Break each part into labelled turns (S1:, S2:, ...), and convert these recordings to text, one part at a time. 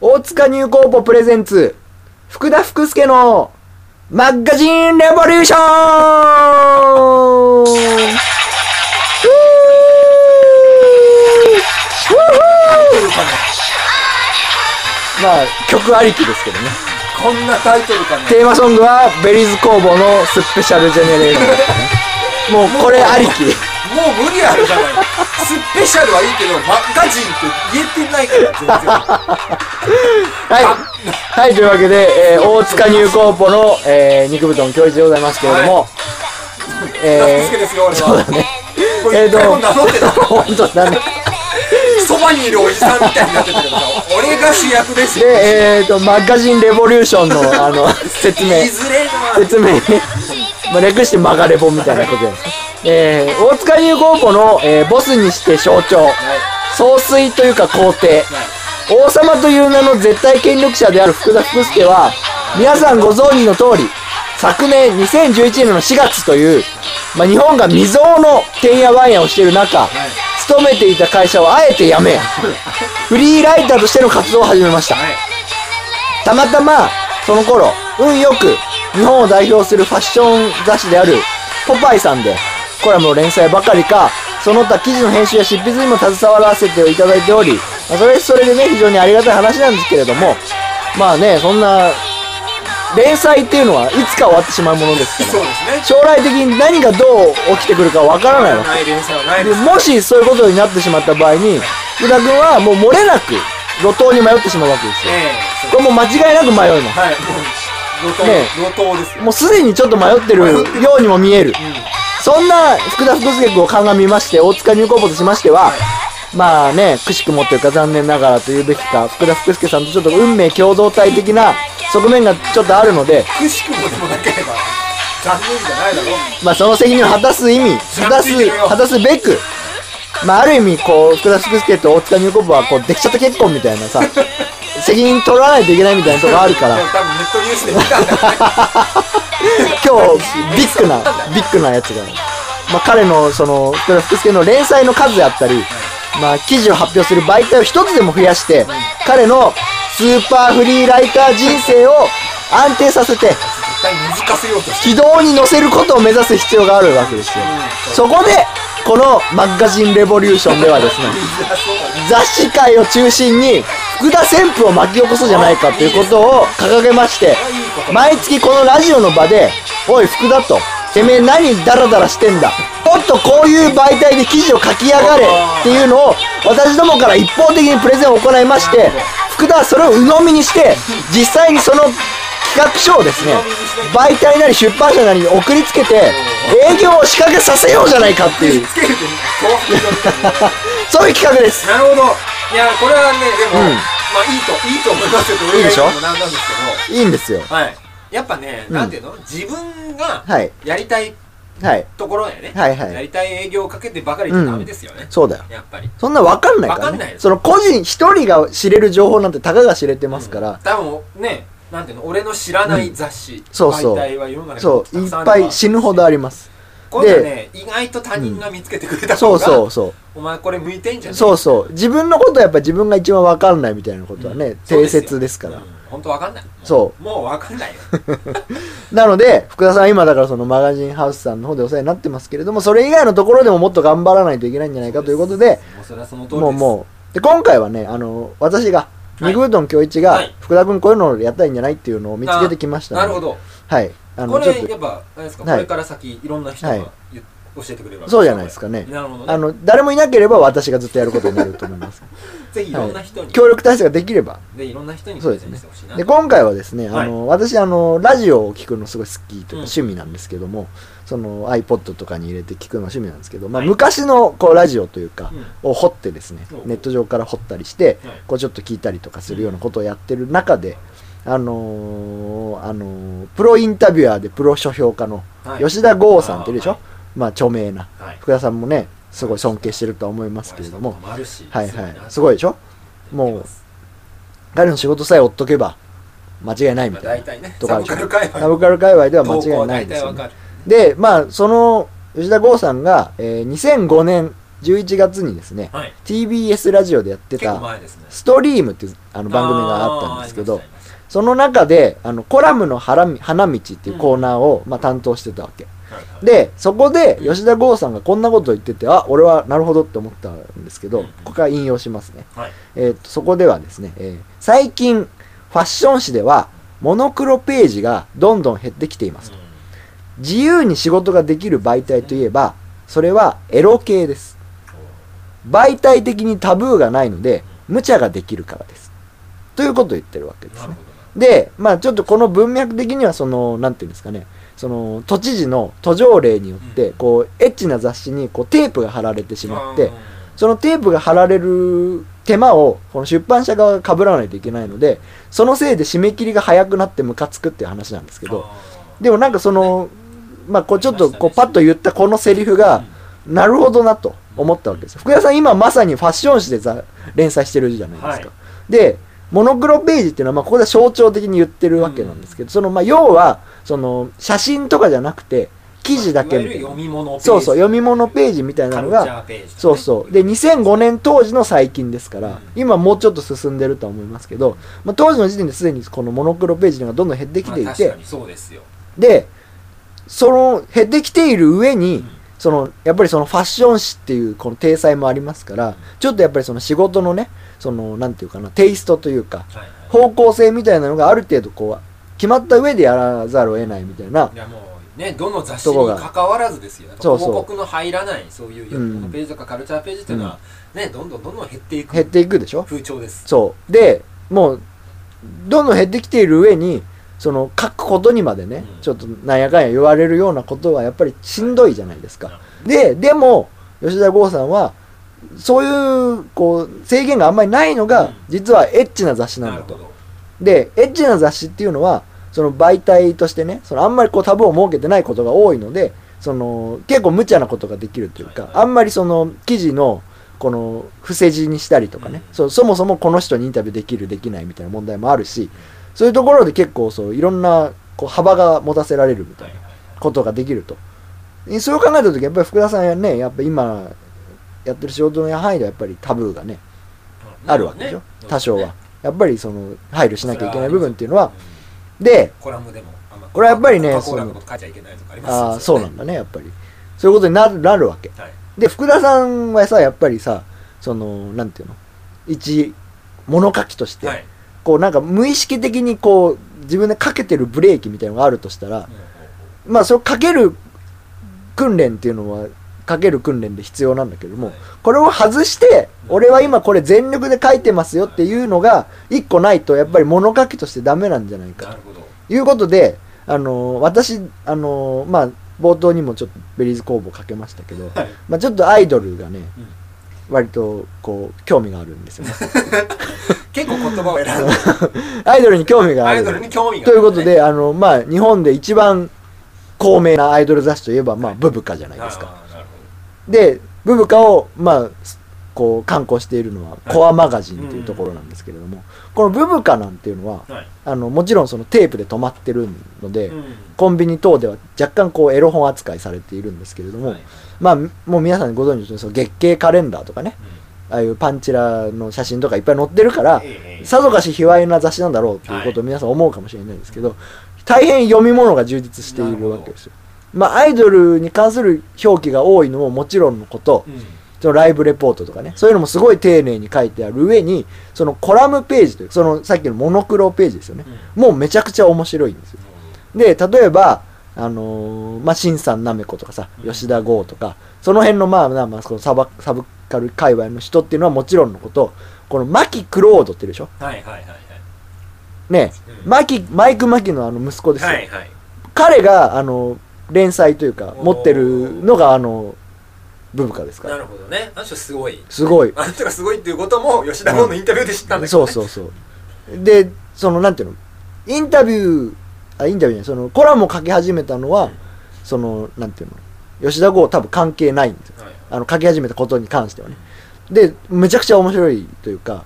S1: 大塚ニューコーポプレゼンツ、福田福助のマッガジンレボリューションまあ、曲ありきですけどね。
S2: こんなタイトルかね。
S1: テーマソングは、ベリーズ工房のスペシャルジェネレーションですね。もう、これありき。
S2: もう無理あるじゃない。スペシャルはいいけど、マッガジンって言えてないから、
S1: はい。はい、というわけで、えー大塚ニューコーポの、えー肉布団教一でございますけれども、
S2: 全然。
S1: え
S2: 助けですよ、俺は。そうだね。こ
S1: え
S2: れ
S1: ー
S2: 一回も名乗ってた
S1: ー、。本当だね。
S2: そばにいるおじさんみたいになってたけどさ、俺が主役です
S1: で
S2: よ。、
S1: えーと、マガジンレボリューションの、あの、 説
S2: 言
S1: 明
S2: い。づれえな。
S1: 説明。まあ、略してマガレボみたいなことじゃないですか。えー、大塚ニューコーポの、えーボスにして象徴。総帥というか皇帝。王様という名の絶対権力者である福田福助は、皆さんご存知の通り、昨年2011年の4月という、まあ、日本が未曾有のてんやわんやをしている中、勤めていた会社をあえて辞め、フリーライターとしての活動を始めました。たまたま、その頃、運よく、日本を代表するファッション雑誌である、ポパイさんで、コラムの連載ばかりか、その他記事の編集や執筆にも携わらせていただいており、まあそれはそれでね、非常にありがたい話なんですけれども、まあね、そんな、連載っていうのはいつか終わってしまうものですか
S2: そう
S1: ら、
S2: ですね。
S1: 将来的に何がどう起きてくるかわからないわけ
S2: ない連載はない
S1: で
S2: です。
S1: もしそういうことになってしまった場合に、福田君はもう漏れなく路頭に迷ってしまうわけですよ。
S2: ええ
S1: これもう間違いなく迷います。
S2: はい、もう、
S1: ね
S2: 路頭、路頭ですよ。
S1: もうすでにちょっと迷ってるようにも見える。そんな福田福助君を鑑みまして、大塚入高簿としましては、まあね、くしくもというか残念ながらというべきか、福田福助さんとちょっと運命共同体的な側面がちょっとあるので、
S2: くしくもでもなければ、残念じゃないだろう。
S1: まあその責任を果たす意味、果たす、果たすべく、まあある意味こう、福田福助と大塚入高簿はこう、できちゃった結婚みたいなさ、責任取らないといけないみたいなところあるから
S2: で、も多分ネットニュースで見たんだよね。
S1: 今日ビッグなビッグなやつが、まあ、彼のその福田福助の連載の数であったり、まあ、記事を発表する媒体を一つでも増やして、彼のスーパーフリーライター人生を安定させて
S2: 絶対水かせようとして。
S1: 軌道に乗せることを目指す必要があるわけですよそこでこのマッガジンレボリューションではですね雑誌界を中心に福田旋風を巻き起こそうじゃないかということを掲げまして毎月このラジオの場で「おい福田」と「てめえ何ダラダラしてんだ」もっとこういう媒体で記事を書き上がれっていうのを私どもから一方的にプレゼンを行いまして福田はそれを鵜呑みにして実際にその企画書をですね媒体なり出版社なりに送りつけて営業を仕掛けさせようじゃないかっていう
S2: つけるで、怖くなる。
S1: そういう企画です
S2: なるほど。いや、これはね、でも、
S1: うん
S2: まあいいと、いいと思いますけど、
S1: いいでしょ
S2: 俺が言うのもなんなんですけ
S1: いいんですよ
S2: ど、はい。やっぱね、
S1: うん
S2: なんていうの自分が
S1: はい
S2: やりたい
S1: はい
S2: ところだよね。
S1: はいはい
S2: やりたい営業をかけてばかりじゃダメですよね。
S1: そうだよ
S2: やっぱり。
S1: そんなわかんないから、ね、
S2: わかんないよ
S1: その個人一人が知れる情報なんてたかが知れてますから、
S2: 多分ね、なんていうの俺の知らない雑誌、
S1: そうそう
S2: 媒体は世の中に
S1: そういっぱい死ぬほどあります
S2: 今度はね、意外と他人が見つけてくれた
S1: そ
S2: 方
S1: う
S2: が、
S1: そうそ
S2: お前これ向いてんじゃ
S1: う
S2: ね
S1: そうそう自分のことはやっぱ自分が一番わかんないみたいなことはね、定説ですから、
S2: うん、本当わかんない。。
S1: そう
S2: もうわかんないよ。
S1: なので福田さんは今だからそのマガジンハウスさんの方でお世話になってますけれどもそれ以外のところでももっと頑張らないといけないんじゃないかということで
S2: もうそれはその通りです。
S1: もうもうで今回はねあの私が肉うどん京一が、
S2: はい
S1: 福田君こういうのやったらいいんじゃないっていうのを見つけてきましたの
S2: な
S1: で
S2: るほど。
S1: はいあ
S2: こ
S1: のちょっ
S2: れ
S1: と
S2: やっぱあれですか、
S1: はい
S2: これから先いろんな人が、
S1: はい
S2: ゆ教えてくれるわけ
S1: そうじゃないですかね
S2: なるほどね
S1: あの誰もいなければ私がずっとやることになると思い ます
S2: ぜひいろんな人に、
S1: 協力体制ができれば
S2: でいろんな人に
S1: そうです
S2: プレ
S1: ね
S2: ゼンしてほしいな
S1: で今回はですね、
S2: はい
S1: あの私あのラジオを聞くのすごい好きと
S2: うん
S1: いうか趣味なんですけども、その iPod とかに入れて聞くの趣味なんですけど、まあ、昔のこうラジオというか、を掘ってですね
S2: うん
S1: ネット上から掘ったりして、
S2: はい
S1: こうちょっと聞いたりとかするようなことをやってる中で、あのーあのープロインタビュアーでプロ書評家の
S2: はい
S1: 吉田剛さんっているでしょ、
S2: あ
S1: まあ著名な、
S2: うんはい
S1: 福田さんもねすごい尊敬してるとは思いますけれども、
S2: お会いした
S1: はい
S2: こともあ
S1: は
S2: るし
S1: いすごいでしょ
S2: ごいな
S1: もう彼の仕事さえ追っとけば間違いないみ
S2: まあ
S1: たい
S2: 大
S1: な
S2: 体ね
S1: とこあるでし
S2: サブ
S1: ょ
S2: カル界
S1: サ
S2: 隈
S1: ブカル界隈では間
S2: 投
S1: 違
S2: 稿
S1: いない
S2: 大
S1: です
S2: 体
S1: よ
S2: わ
S1: ね
S2: かる
S1: でまあその吉田剛さんが、えー2005年11月にですね、
S2: はい
S1: TBS ラジオでやって
S2: 結構
S1: た
S2: 前ですね
S1: 「ストリーム」っていうあの番組があったんですけ
S2: あー
S1: ど
S2: ありましたあ
S1: その中であのコラムの花み花道っていうコーナーを、まあ、担当してたわけ
S2: りましたはいはい
S1: でそこで吉田剛さんがこんなことを言っててあ俺はなるほどって思ったんですけど
S2: うん
S1: ここから引用しますね、
S2: はい
S1: えーとそこではですね、えー最近ファッション誌ではモノクロページがどんどん減ってきていますと自由に仕事ができる媒体といえばそれはエロ系です媒体的にタブーがないので無茶ができるからですということを言ってるわけ
S2: うん
S1: で
S2: な
S1: す
S2: る
S1: ね
S2: ほどな
S1: でまあちょっとこの文脈的にはそのなんていうんですかねその都知事の都条例によって
S2: うん
S1: こうエッチな雑誌にこうテープが貼られてしまって
S2: うん
S1: そのテープが貼られる手間をこの出版社側が被らないといけないのでそのせいで締め切りが早くなってムカつくっていう話なんですけど
S2: あー
S1: でもなんかそのまあこうちょっとこ
S2: ありまし
S1: う
S2: たね
S1: パッと言ったこのセリフがなるほどなと思ったわけです福田さん今まさにファッション誌でざ連載してるじゃないですか、
S2: は
S1: でモノクロページっていうのはまあここでは象徴的に言ってるわけなんですけど、そのまあ要はその写真とかじゃなくて記事だけ
S2: い
S1: み
S2: わ
S1: た
S2: ゆる
S1: いな
S2: 読み物ページ
S1: そうそう読み物ページみたいなの
S2: カルチ
S1: が
S2: ャーページとかね
S1: そうそうで2005年当時の最近ですから、
S2: うん
S1: 今もうちょっと進んでるとは思いますけど、まあ、当時の時点ですでにこのモノクロページのがどんどん減ってきてい
S2: まあ
S1: て、
S2: 確かにそうですよ
S1: でその減ってきている上に、
S2: うん
S1: そのやっぱりそのファッション誌っていうこの体裁もありますからちょっとやっぱりその仕事のねそのなんていうかなテイストというか
S2: はいはい
S1: 方向性みたいなのがある程度こう決まった上でやらざるを得ないみたいない
S2: やもうねどの雑誌
S1: とこ
S2: に
S1: が
S2: 関わらずですよやっぱ
S1: そうそう
S2: 広告の入らないそういう読み物ページとかカルチャーページっていうのは、ねどんどんどんどん減ってい
S1: 減っ
S2: く
S1: ていくでしょ
S2: 風潮です
S1: そうでもうどんどん減ってきている上にその書くことにまでね、
S2: うん
S1: ちょっとなんやかんや言われるようなことはやっぱりしんどいじゃないですか、ででも吉田剛さんはそういうこう制限があんまりないのが、
S2: うん
S1: 実はエッチな雑誌なん
S2: な
S1: だ
S2: る
S1: と
S2: ほど
S1: でエッチな雑誌っていうのはその媒体としてねそのあんまりこうタブーを設けてないことが多いのでその結構無茶なことができるというか、
S2: はいはい
S1: あんまりその記事のこの伏せ字にしたりとかね、
S2: うん
S1: そうそもそもこの人にインタビューできるできないみたいな問題もあるしそういうところで結構そういろんなこう幅が持たせられるみたい
S2: はい
S1: な
S2: はい
S1: ことができるとでそう考えた時やっぱり福田さんはねやっぱ今やってる仕事の範囲ではやっぱりタブーがねあるわけでしょ、
S2: ね
S1: 多少は、
S2: ね
S1: やっぱりその配慮しなきゃいけない部分っていうの
S2: うん
S1: はで
S2: コラムでもあんま
S1: これはやっぱりね
S2: コカコーラのこと書いちゃいけないとかありますよ
S1: ああそうなんだねやっぱりそういうことになるなるわけ
S2: はい
S1: で福田さんはさやっぱりさそのなんていうの一物書きとして、
S2: はい
S1: こうなんか無意識的にこう自分でかけてるブレーキみたいなのがあるとしたら
S2: うん
S1: まあそれかける訓練っていうのはかける訓練で必要なんだけども、
S2: はい
S1: これを外して
S2: うん
S1: 俺は今これ全力で書いてますよっていうのが一個ないとやっぱり物書きとしてダメなんじゃないか
S2: なるほど
S1: いうことで、あのー私、あのーまあ、冒頭にもちょっとベリーズ工房かけましたけど、
S2: はい
S1: まあ、ちょっとアイドルがね、
S2: うん
S1: 割とこう興味があるんですよ、ね、
S2: 結構言葉を選んで
S1: アイドルに興味があ
S2: ア
S1: る
S2: イドルに興味があ
S1: と
S2: る
S1: いうことで、あのまあ、日本で一番高名なアイドル雑誌といえば、まあ、ブブカじゃないですか
S2: ああなるほ
S1: でブブカをまあすこう刊行しているのはコアマガジンというところなんですけれども、このブブカなんていうのは
S2: どはい
S1: あのもちろんそのテープで止まってるので、
S2: うん
S1: コンビニ等では若干こうエロ本扱いされているんですけれども、
S2: はい
S1: まあもう皆さんご存知のようにその月経カレンダーとかね
S2: うん
S1: ああいうパンチラの写真とかいっぱい載ってるから、
S2: ええ
S1: さぞかし卑猥な雑誌なんだろうっていうことを皆さん思うかもしれないんですけど、大変読み物が充実しているわけですよ。まあアイドルに関する表記が多いのももちろんのこと、
S2: うん
S1: そのライブレポートとかね、そういうのもすごい丁寧に書いてある上に、そのコラムページというそのさっきのモノクロページですよね。
S2: うん
S1: もうめちゃくちゃ面白いんですよ。で例えばあのーまあ新さんなめことかさ
S2: うん
S1: 吉田剛とかその辺のまあまあまあそのサバサブカル界隈の人っていうのはもちろんのことこのマキ・クロードっているでしょ
S2: はいはいはいはい
S1: ねえ
S2: うん
S1: マキマイク・マキのあの息子ですよ、
S2: はいはい
S1: 彼があの連載というか
S2: おー
S1: 持ってるのがあのブブカですか
S2: な
S1: ら
S2: るほどねあの人すごい
S1: すごい
S2: あの人がすごいっていうことも吉田剛のインタビューで知ったんだけ
S1: そ
S2: ど、
S1: う
S2: ね、
S1: そうそうでそのなんていうのインタビューあインタビューじゃないそのコラムを書き始めたのは、
S2: うん
S1: そのなんていうの吉田剛多分関係ないんですよ
S2: はいはい
S1: あの書き始めたことに関してはねでめちゃくちゃ面白いというか、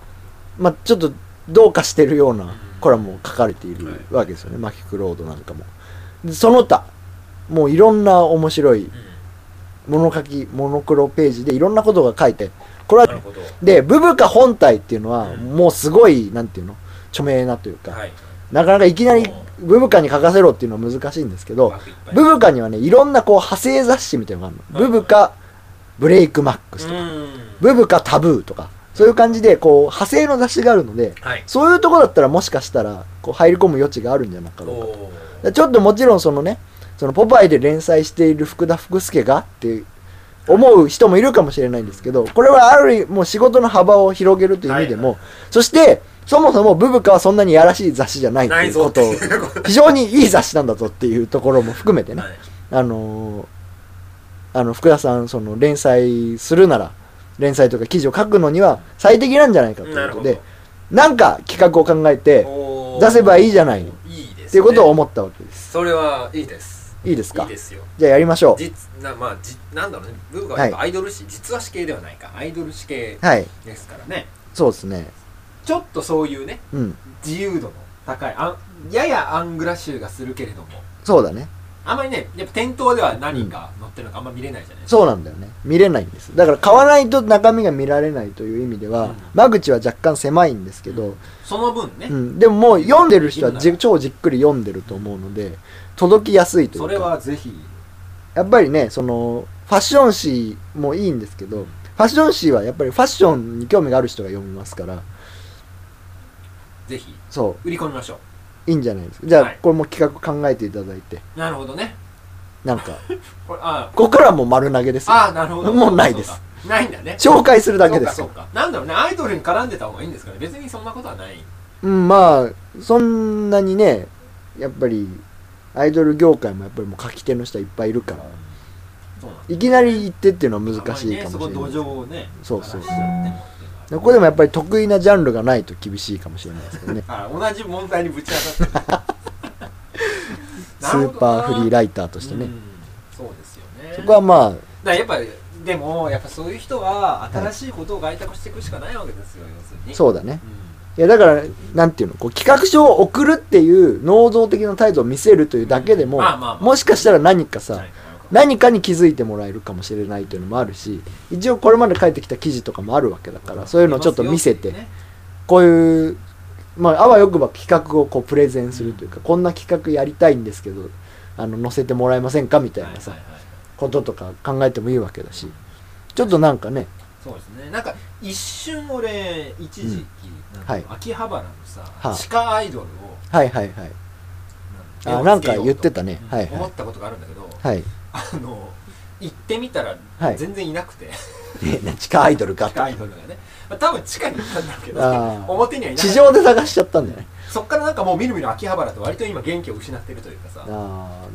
S1: まあ、ちょっとどうかしてるようなコラムを書かれているわけですよね、マキクロードなんかもでその他もういろんな面白い
S2: うん
S1: 物書き、モノクロページでいろんなことが書いて、これ
S2: なる
S1: は、
S2: ほど。
S1: で、ブブカ本体っていうのは、
S2: うん
S1: もうすごい、なんていうの著名なというか、
S2: はい。
S1: なかなかいきなりブブカに書かせろっていうのは難しいんですけど、ブブカにはね、いろんなこう派生雑誌みたいなのがあるの。
S2: はい
S1: ブブカブレイクマックスとか、
S2: うん。
S1: ブブカタブーとか、そういう感じでこう派生の雑誌があるので、
S2: はい。
S1: そういうとこだったらもしかしたらこう入り込む余地があるんじゃないか
S2: お
S1: ろうか
S2: お
S1: でちょっともちろんそのね、そのポパイで連載している福田福助がって思う人もいるかもしれないんですけど、これはある意味もう仕事の幅を広げるという意味でも、
S2: は
S1: そして、そもそもブブカはそんなにやらしい雑誌じゃないって
S2: ないいうぞ
S1: こ
S2: って
S1: とを
S2: い、うこと
S1: 非常にいい雑誌なんだぞっていうところも含めてね、
S2: はい
S1: あのーあの福田さん、その連載するなら、連載とか記事を書くのには最適なんじゃないかとい
S2: な
S1: う
S2: る
S1: こと
S2: ほ
S1: で
S2: ど、
S1: なんか企画を考えて、
S2: おー
S1: 出せばいいじゃない
S2: いいですね
S1: っていうことを思ったわけです。
S2: それはいいです
S1: いいですか
S2: いいですよ
S1: じゃあやりましょ
S2: 実なまあじなんだろうねブー
S1: は
S2: が
S1: い
S2: アイドル誌、実は誌系ではないかアイドル誌系
S1: う。はい。
S2: ですからね
S1: そうですね。
S2: ちょっとそういうね
S1: うん。
S2: 自由度の高いあんややアングラ集がするけれども
S1: そうだね。
S2: あんまりねやっぱ店頭では何が載ってるのかあんま見れないじゃないですか
S1: そうなんだよね。見れないんです。だから買わないと中身が見られないという意味では、
S2: うん
S1: 間口は若干狭いんですけど、
S2: その分ね、
S1: うん。でももう読んでる人は
S2: う
S1: じ
S2: ん
S1: 超じっくり読んでると思うので、届きやすいとい
S2: そうれ
S1: か。
S2: はぜひ
S1: やっぱりね、その、ファッション誌もいいんですけど、ファッション誌はやっぱりファッションに興味がある人が読みますから、
S2: ぜひ
S1: そ
S2: 売り込みましょ
S1: う、いいんじゃないですか。じゃあ、
S2: はい
S1: これも企画考えていただいて、
S2: うなるほどね
S1: なんか、
S2: これあ
S1: ここからはもう丸投げですよ。
S2: ああなるほど
S1: もうないです
S2: そうかないんだね
S1: 紹介するだけです
S2: そう。かそうかなんだろうねアイドルに絡んでた方がいいんですかね別にそんなことはない
S1: うん、まあそんなにねやっぱりアイドル業界もやっぱりもう書き手の人はいっぱいいるから
S2: そうなんで
S1: いきなり行ってっていうのは
S2: す
S1: 難しいかもしれ
S2: あん
S1: な
S2: ま
S1: い
S2: りねそこ土壌をね
S1: そうそう
S2: 荒らしちゃってもっていうの
S1: こ
S2: は
S1: こでもやっぱり得意なジャンルがないと厳しいかもしれないですけどね
S2: あ同じ問題にぶち当た ってる
S1: スーパーフリー
S2: ラ
S1: ライターと
S2: と
S1: してね、
S2: そうですよね
S1: そこはまあ
S2: だからやっぱでもやっぱそういう人は新しいことを開拓していくしかないわけですよ要するに、
S1: そううだねい
S2: ん、
S1: やだからなんていうのこう企画書を送るっていう能動的な態度を見せるというだけでも、
S2: うんまあまあまあ
S1: もしかしたら何かさ、
S2: はい
S1: 何かに気づいてもらえるかもしれないというのもあるし一応これまで書いてきた記事とかもあるわけだからそういうのをちょっと見せて
S2: ね
S1: こういう、まあ、あわよくば企画をこうプレゼンするというか、こんな企画やりたいんですけど、あの、載せてもらえませんかみたいなさ、
S2: はいはいはい
S1: こととか考えてもいいわけだし、ちょっとなんかね、
S2: そうですねなんか一瞬俺一時期、なんか
S1: はい
S2: 秋葉原のさ、
S1: はあ
S2: 地下アイドルを
S1: はいはいはい。あ
S2: 絵を
S1: なん
S2: つけ
S1: か
S2: ようと
S1: 言ってたね
S2: うん
S1: はいはい
S2: 思ったことがあるんだけど
S1: はい。
S2: あの行ってみたら
S1: はい
S2: 全然いなくて、
S1: ね地下アイドルか
S2: 地下アイドルがね、まあ、多分地下に行ったんだけど
S1: あー
S2: 表にはいなか
S1: 地
S2: っ
S1: 上で探しちゃったんだよね。
S2: たそっからなんかもうみるみる秋葉原と割と今元気を失ってるというかさ
S1: あ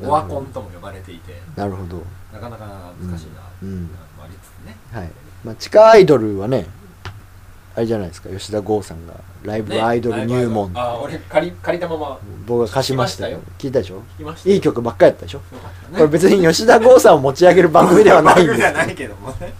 S1: あ、
S2: オワコンとも呼ばれていて
S1: なるほど。
S2: なかなか難しいなっていうのもありつつね、
S1: はい。まあ、地下アイドルはね、あれじゃないですか、吉田剛さんがライ
S2: ね
S1: ブアイドル入門。
S2: ああ俺借り借りたまま
S1: 僕が貸しましたよ。聞いたでしょ
S2: 聞きましたよ
S1: いい曲ばっかやったでしょ
S2: よかったね
S1: これ別に吉田剛さんを持ち上げる番組では ないんで
S2: 番組
S1: す
S2: ではないけどもね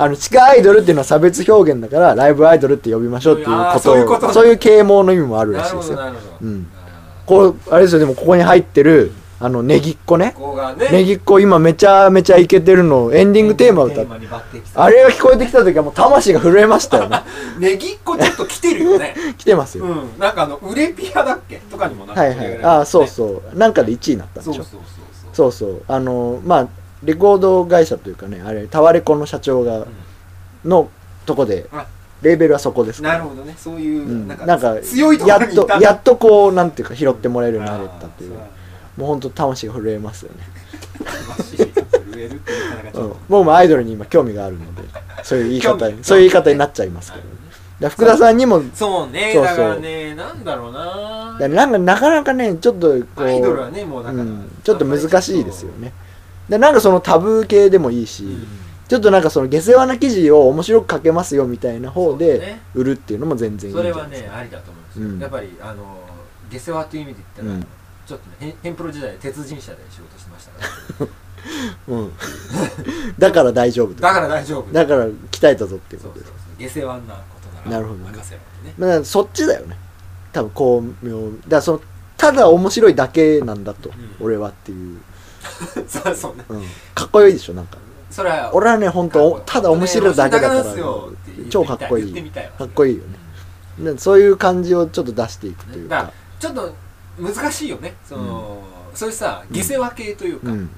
S1: あの地下アイドルっていうのは差別表現だからライブアイドルって呼びましょうっていう
S2: あ
S1: こ
S2: ー
S1: とを
S2: そういうこと
S1: そういう啓蒙の意味もあるら
S2: な
S1: し
S2: る
S1: いです
S2: ほど
S1: よ
S2: なるほど、
S1: うん
S2: あー
S1: こうあれですよでもここに入ってるあのネギっ子ね
S2: ここがね
S1: ネギっ子今めちゃめちゃイケてるのをエンディングテーマ歌
S2: テ
S1: って
S2: ーマに抜擢さ
S1: あ
S2: れ
S1: れが聞こえてきた時はもう魂が震えましたよ ね
S2: ネギっ子ちょっと来て るよね
S1: 来てますよ、
S2: うんなんかあのウレピアだっけとかにもなっ
S1: はいはいああそうそうなんかで1位になったん
S2: そ
S1: で
S2: う
S1: し
S2: そう
S1: ょ
S2: そうそ
S1: そ
S2: う
S1: うそうあのまあレコード会社というかねあれタワレコの社長がのとこで
S2: あ
S1: レーベルはそこですから
S2: なるほどねそういう、
S1: うん
S2: なんか
S1: なんか
S2: 強いとこ
S1: や
S2: ろ
S1: っ
S2: にい
S1: と
S2: た
S1: やっとこうなんていうか拾ってもらえるようになれたというも
S2: あ
S1: う本当魂が震えますよね、
S2: ーそうだ魂震えるっていうかなんかち
S1: う
S2: ょ
S1: ん
S2: っと、
S1: 僕もアイドルに今興味があるのでそういう言い方
S2: 興
S1: に
S2: 味
S1: そういう言い方になっちゃいますけど、だから福田さんにも
S2: そうね
S1: そうそう
S2: だからねなんだろうな
S1: だからなんかなかなかねちょっとこう、
S2: アイドルはねもうだ
S1: う
S2: から、
S1: ん、ちょっと難しいですよねでなんかそのタブー系でもいいし、
S2: うん
S1: ちょっとなんかその下世話な記事を面白く書けますよみたいな方
S2: そうだ
S1: で
S2: ね
S1: 売るっていうのも全然いいん
S2: そ
S1: じ
S2: れ
S1: ゃな
S2: はい
S1: です
S2: ね
S1: か、
S2: ありだと思いますよ、
S1: うん
S2: やっぱりあの下世話という意味で言ったら、
S1: うん
S2: ちょっとねへんヘンプロ時代鉄人社で仕事してましたから
S1: うん だから大丈夫と
S2: だから大丈夫
S1: だから鍛えたぞっていう
S2: そ
S1: こ
S2: う
S1: と
S2: そう
S1: です
S2: そう下世話なことな
S1: な
S2: ら
S1: るほどね
S2: 任せろってね
S1: まあ、そっちだよね多分巧妙だからそのただ面白いだけなんだと、
S2: ん
S1: 俺はっていう
S2: そうそうね
S1: うん、かっこよいでしょなんか
S2: それは
S1: 俺はね本当ただ面白いだけだから
S2: 本当ね面白いだけなんですよって言ってみたい
S1: 超かっこい
S2: 言ってみ
S1: い
S2: たいわ
S1: かっこいいよねでそういう感じをちょっと出していくという
S2: だか
S1: から
S2: ちょっと難しいよねその、そういうさ下世話系という
S1: う
S2: か、
S1: ん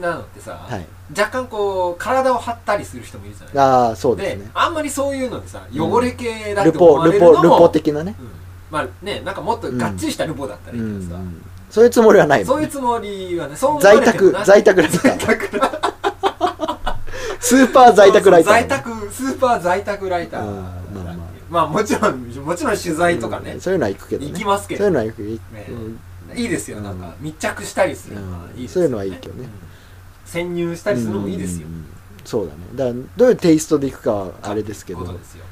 S2: なのってさ、
S1: はい
S2: 若干こう体を張ったりする人もいるじゃない
S1: ああそうですね
S2: あんまりそういうのでさ汚れ系だ
S1: ル
S2: と思
S1: ポ
S2: われ
S1: ル
S2: るのも、
S1: ポルポ的なね
S2: うんまあねなんかもっとがっちりしたルポだった
S1: う
S2: らいいけどさ、
S1: んそういうつもりはないも
S2: そ
S1: ん
S2: うい
S1: ね
S2: うつもりはねそう思われ
S1: 在
S2: ても
S1: 宅
S2: な
S1: 在宅ライター
S2: 在宅ライター
S1: スーパー在宅ライター
S2: 在宅スーパー在宅ライター
S1: うんまあまあ
S2: まあもちろんもちろん取材とかね
S1: うん、そういうのは行くけどね
S2: 行きますけど
S1: そういうのは行く
S2: ね
S1: うん
S2: いいですよなんか密着したりするのは
S1: うん
S2: いいです
S1: そう
S2: よ
S1: いう
S2: ね
S1: のはいいけどね
S2: 潜入したりするのもいいですよ
S1: うんうんそうだねだからどういうテイストで行くかはあれですけど
S2: ことですよ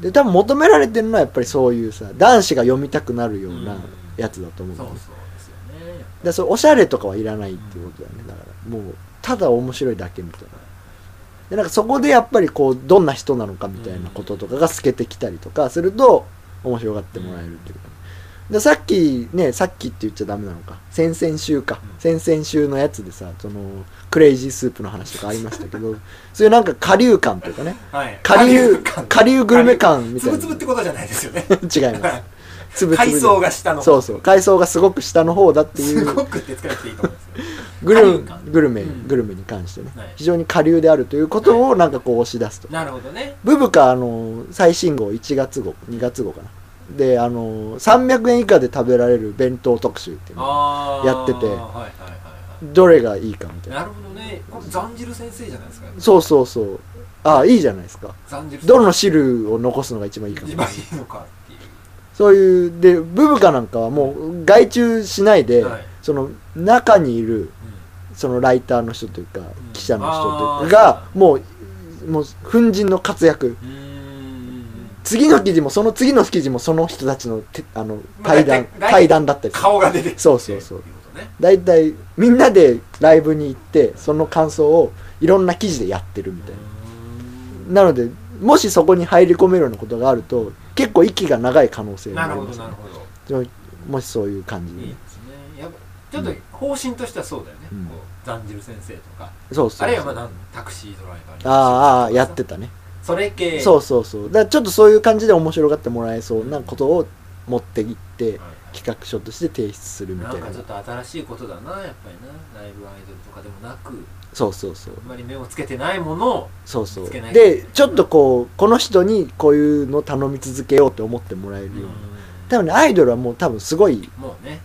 S1: で多分求められてるのはやっぱりそういうさ男子が読みたくなるようなやつだと思う,、
S2: そう
S1: だ
S2: そう
S1: か
S2: ですよねやっ
S1: らそれおしゃれとかはいらないっていうことだよねだからもうただ面白いだけみたいなでなんかそこでやっぱりこうどんな人なのかみたいなこととかが透けてきたりとかすると面白がってもらえるっていうか、でさっきねさっきって言っちゃダメなのか先々週か、先々週のやつでさそのクレイジースープの話とかありましたけど そういうなんか下流感というかね
S2: ぱはい
S1: 下流
S2: 感
S1: 下流グルメ感みたいな
S2: つぶつぶってことじゃないですよね
S1: 違いますつぶつぶ
S2: 階
S1: で
S2: 層が下の
S1: そうそう階層がすごく下の方だってい
S2: す
S1: う
S2: ごくってつけなくていいと思うんですよ
S1: グ
S2: 下流
S1: ル
S2: 感
S1: グルメ、
S2: うん
S1: グルメに関してね、
S2: はい
S1: 非常に下流であるということをなんかこう押し出すと、
S2: なるほどね
S1: ブブカあの最新号1月号2月号かなであの300円以下で食べられる弁当特集っていうの
S2: ああ
S1: やってて
S2: はいはいはいは
S1: どれがいいかみた
S2: い
S1: いな
S2: なるほどねこれザンジル先生じゃないですか
S1: そうそうそうああいいじゃないですか
S2: ザンジル先生
S1: どの汁を残すのが一番いいかも
S2: 一番いいのかっていう
S1: そういうでブブカなんかはもう外注しないで、
S2: はい
S1: その中にいる
S2: うん
S1: そのライターの人というか記者の人というか
S2: あ
S1: がもうもう粉塵の活躍
S2: うーん
S1: 次の記事もその次の記事もその人たちのてあの
S2: まあ
S1: 対談
S2: 大体
S1: 対談だったりする
S2: 顔が出てきて
S1: そうそうそう
S2: っていことね
S1: 大体みんなでライブに行ってその感想をいろんな記事でやってるみたいななのでもしそこに入り込めるようなことがあると結構息が長い可能性
S2: うーん
S1: が
S2: な
S1: あ
S2: る
S1: り
S2: ほ
S1: ま
S2: ど
S1: す
S2: な
S1: ね
S2: るほど
S1: もしそういう感じで
S2: いい
S1: ね
S2: ですねやっぱちょっと方針としてはそうだよね、
S1: うん
S2: こうザンジル先生とか
S1: そうそうそう
S2: あるいはまあなんタクシードライバーに
S1: あーあーやってたね
S2: それ系
S1: そうそうそうだからちょっとそういう感じで面白がってもらえそうなことを持っていって
S2: はい
S1: 企画書として提出するみ
S2: な
S1: た
S2: ん
S1: いな
S2: かちょっと新しいことだなやっぱりなライブアイドルとかでもなく
S1: そうそうそう
S2: あんまり目をつけてないものを
S1: そうそう
S2: つけない
S1: でちょっとこうこの人にこういうの頼み続けようって思ってもらえるような、多分ねアイドルはもう多分すごい
S2: もうね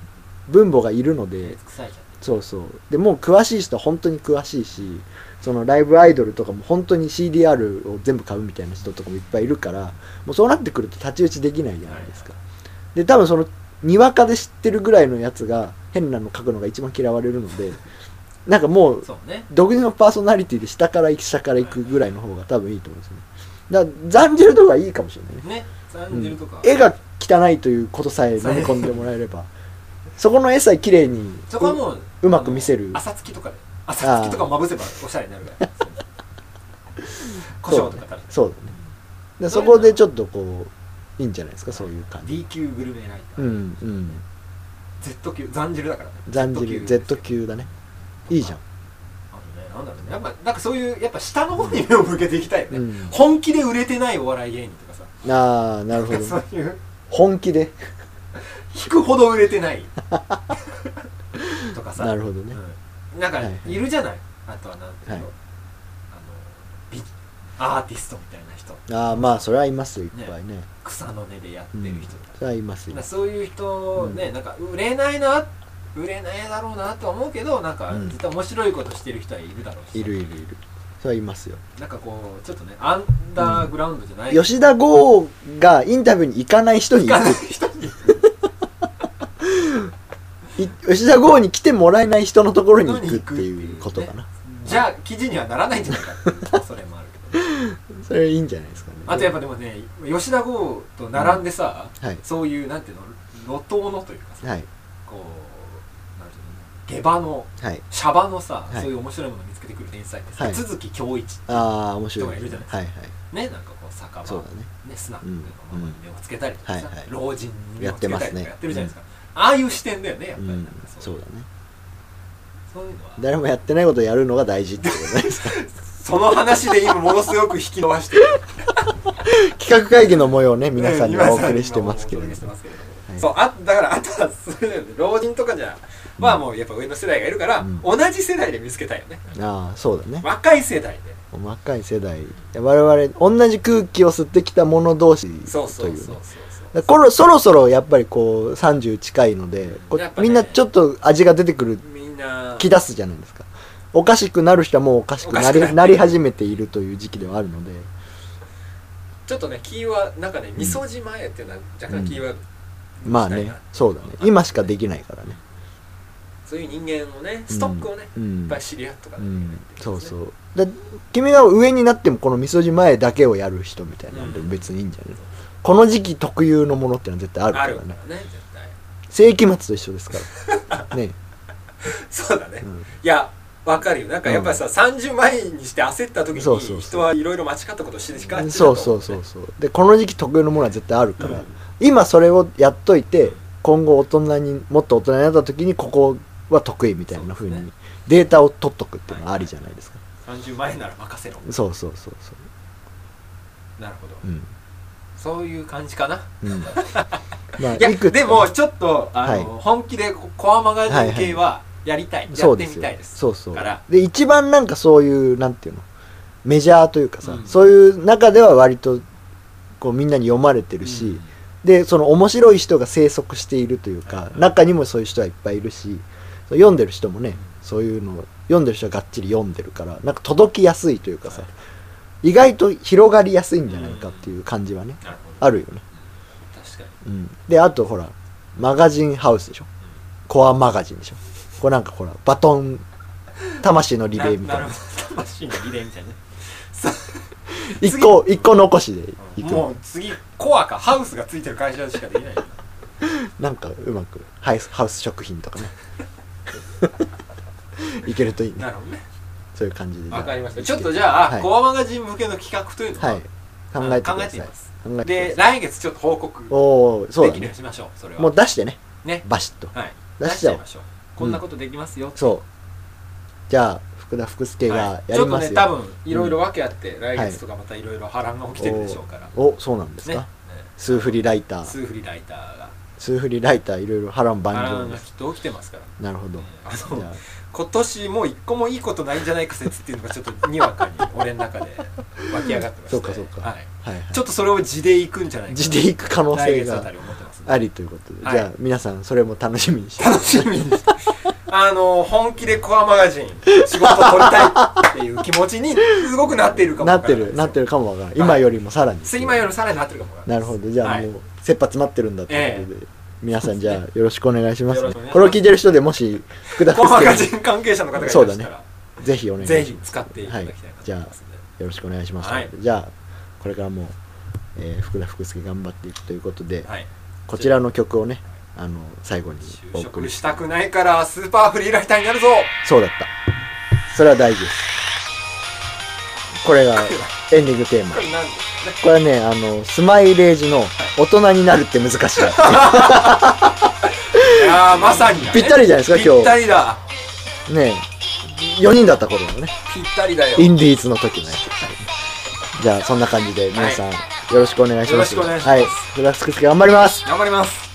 S1: 分母がいるので
S2: 臭いじ
S1: そうそうでもう詳しい人は本当に詳しいしそのライブアイドルとかも本当に CDR を全部買うみたいな人とかもいっぱいいるからもうそうなってくると太刀打ちできないじゃないですか、で多分そのにわかで知ってるぐらいのやつが変なの書くのが一番嫌われるのでなんかも
S2: ゃん
S1: う
S2: そうね
S1: 独自のパーソナリティで下から行く下から行くぐらいの方が多分いいと思うんですよねだからザンジルとかいいかもしれないね
S2: ねザンジルとか、
S1: 絵が汚いということさえ飲み込んでもらえればそこの絵さえ綺麗に
S2: そこはもう
S1: ううまく見せる
S2: あの朝月とかで朝月とかをまぶせばおしゃれになるからい胡椒とか食
S1: そうだねでそこでちょっとこういいんじゃないですかそういう感
S2: べて
S1: じ
S2: D 級グルメライタ
S1: う
S2: ー、
S1: んうん
S2: Z 級ザンジルだからね
S1: ザンジル Z
S2: 級
S1: 級だねいいじゃん
S2: あのねなんだろうねやっぱなんかそういうやっぱ下の方に目を向けていきたいよね、
S1: うん
S2: 本気で売れてないお笑い芸人とかさ
S1: ああなるほど
S2: そういう
S1: 本気で
S2: 引くほど売れてないとかさ
S1: なるほどね
S2: うん、なんか
S1: はいはい
S2: いるじゃない、あとはなんていうの、
S1: はい
S2: あのビアーティストみたいな人
S1: ああまあそれはいますよいっぱいね
S2: 草の根でやっ
S1: う
S2: て
S1: ん
S2: る人とか、
S1: それはいますよ
S2: まあそういう人ね、
S1: うん
S2: なんか売れないな売れないだろうなとは思うけどなんか
S1: うん
S2: 絶対面白いことしてる人はいるだろうし
S1: いるいるいるそれはいますよ
S2: なんかこうちょっとねアンダーグラウンドじゃない、
S1: 吉田剛がインタビューに行かない人に
S2: 行かない人に
S1: い吉田剛に来てもらえない人のところに行くっていうことかな
S2: じゃあ記事にはならないんじゃないかそれもあるけど
S1: それいいんじゃないですかね
S2: あとやっぱでもね吉田剛と並んでさ、
S1: はい
S2: そういうなんていうの路頭のというかさ
S1: はい
S2: こうなんていうの下馬の
S1: はい
S2: シャバのさ、
S1: はい
S2: そういう面白いものを見つけてくる天才ってさ、
S1: はい
S2: 都築恭一
S1: ああ面白い
S2: 人がいるじゃないですか
S1: はいはい
S2: ねなんかこう酒場
S1: そうだね
S2: ね、スナックのママに目をつけたりとかさ、
S1: うんはいはい
S2: 老人に目をつけたりとか
S1: やってますね
S2: やってるじゃないですか、ああいう視点だよねやっ
S1: う
S2: ぱりなん
S1: ん
S2: か
S1: そうだね
S2: そういうのは
S1: 誰もやってないことをやるのが大事ってことじゃないですか
S2: その話で今ものすごく引き伸ばしてる
S1: 企画会議の模様をね 皆さんにお送りしてますけれど
S2: 皆
S1: も
S2: さんにお送りしてますけれどもそうあだからあとはそれだよね老人とかじゃまあもうやっぱ上の世代がいるから、
S1: うん
S2: 同じ世代で見つけたいよね
S1: ああそうだね
S2: 若い世代で
S1: 若い世代我々同じ空気を吸ってきた者同士というね
S2: そうそうそうそうそう
S1: これそろそろやっぱりこう30近いのでこう
S2: やっぱね
S1: みんなちょっと味が出てくる
S2: みんな
S1: 気出すじゃないですかおかしくなる人はもうおかしくなり
S2: おかしくな
S1: な
S2: る
S1: り始めているという時期ではあるので
S2: ちょっとねキーはなんかねみそじ前っていうのは若干キーは、
S1: まあ
S2: したい
S1: ね
S2: な
S1: そうだね今しかできないからね
S2: そういう人間をねストックをね、
S1: うん
S2: いっぱい知り合っとか
S1: う
S2: なきゃいけないって
S1: ん
S2: ことですね、
S1: そうそうだ君が上になってもこのみそじ前だけをやる人みたいなんで別にいいんじゃない、この時期特有のものってのは絶対あるか
S2: あ
S1: ら
S2: るからね
S1: ね
S2: 絶対
S1: 世紀末と一緒ですから ね
S2: そうだね、
S1: うん
S2: いやわかるよなんかやっぱさ、30前にして焦った時に
S1: そうそうそう
S2: 人はいろいろ間違ったことをしがちだと
S1: そう
S2: 思
S1: そうそ
S2: ね
S1: うそうでこの時期特有のものは絶対あるから、
S2: うん
S1: 今それをやっといて今後大人にもっと大人になった時にここは得意みたいなふう
S2: そうです
S1: に
S2: ね
S1: データを取っとくっていうのはありじゃないですか、
S2: 30前なら任せろ
S1: そうそうそうそう
S2: なるほど、
S1: うん、
S2: そういう感じかな
S1: うん、まあ
S2: いや
S1: いくつか
S2: でもちょっとあの、
S1: は
S2: 本気でコアマガジン系はやりたい、
S1: そう
S2: や
S1: で
S2: って
S1: す
S2: み
S1: よ
S2: たいです
S1: そうそう
S2: から
S1: で一番なんかそういうなんていうのメジャーというかさ、
S2: うん
S1: そういう中では割とこうみんなに読まれてるし、
S2: うん
S1: でその面白い人が生息しているというか、
S2: うんうん
S1: 中にもそういう人はいっぱいいるしそう読んでる人もね、そういうのを読んでる人はがっちり読んでるからなんか届きやすいというかさ、意外と広がりやすいんじゃないかっていう感じはね、
S2: なるほど
S1: あるよね、
S2: 確かに
S1: うん、であとほらマガジンハウスでしょコアマガジンでしょこうなんかほらバトン魂のリレーみたいな
S2: るほど魂のリレーみたいなね
S1: 一個一個残しでいく
S2: もう次コアかハウスがついてる会社しかでき ないよ
S1: なんかうまくハウスハウス食品とかねいけるといいね
S2: なるほどね
S1: そういう感じで
S2: わかりましたちょっとじゃあ、
S1: はい
S2: コアマガジン向けの企画というの
S1: はい考えてくだ
S2: 考えて
S1: さ
S2: み
S1: い考え
S2: ますで
S1: てください
S2: 来月ちょっと報告で
S1: おおそうだ
S2: きるよう
S1: ね
S2: にしましょうそれは
S1: もう出してね
S2: ね
S1: バシッと
S2: はい
S1: 出しちゃおう
S2: ましょうこんなことできますよ
S1: そうじゃあ福田福助
S2: は
S1: が
S2: い
S1: やり
S2: ちょっと
S1: ま
S2: ね
S1: す
S2: 多
S1: よ
S2: 分いろいろ訳あって来月とかまたいろいろ波乱が起きてるでしょうから
S1: おそうなんです
S2: ねね
S1: かスーフリライター
S2: 数フリライターが
S1: スーフリライターいろいろ波乱万
S2: 波
S1: 丈
S2: 乱が
S1: で
S2: き
S1: す
S2: っと起きてますから
S1: なるほど
S2: あ
S1: じ
S2: の
S1: ゃ
S2: 今年もう一個もいいことないんじゃないか説っていうのがちょっとにわかに俺の中で湧き上がってまして
S1: そうかそうか
S2: はい
S1: あはいはい
S2: ちょっとそれを地でいくんじゃないか
S1: 地でいく可能性
S2: 来月あ
S1: が
S2: たり思ってますんで
S1: ありということで、
S2: はい
S1: じゃあ皆さんそれも楽しみにして
S2: 楽しみにしてあの本気でコアマガジン仕事取りたいっていう気持ちにすごくなっているかも
S1: な
S2: わ
S1: っ
S2: から
S1: て
S2: ないです
S1: るなってるかもわからない今よりもさらに、
S2: 今よりさらになってるかもわから
S1: ないるほどじゃあも
S2: は
S1: う切羽詰まってるんだということで、皆さんじゃあよろしくお願いします,、
S2: よろしくお願いします
S1: これを聞いてる人でもし福田
S2: いコアマガ
S1: 福
S2: ジ
S1: 助
S2: ン関係者の方がいらっし
S1: そ
S2: ゃ
S1: う
S2: った
S1: だね
S2: ら、
S1: ぜひお願いします
S2: ぜひ使っていただきたいなと思いますんで、
S1: よろしくお願いします、
S2: はい
S1: じゃあこれからも、えー福田福助頑張っていくということで、
S2: はい
S1: こちらの曲をねあの最後にお
S2: 就
S1: 送
S2: 職
S1: り
S2: したくないからスーパーフリーライターになるぞ
S1: そうだったそれは大事ですこれがエンディングテーマ
S2: これなんで
S1: これね、あの、スマイレージの大人になるって難しい。
S2: いやーまさにだね
S1: ぴったりじゃないですか今日
S2: ぴったりだ
S1: ねえ、4人だった頃のね、
S2: ぴったりだよ
S1: インディーズの時のやつ。じゃあ、そんな感じで皆さん、よろしくお願いします。
S2: よろしくお願いします
S1: はい、フラスクスケ頑張ります。
S2: 頑張ります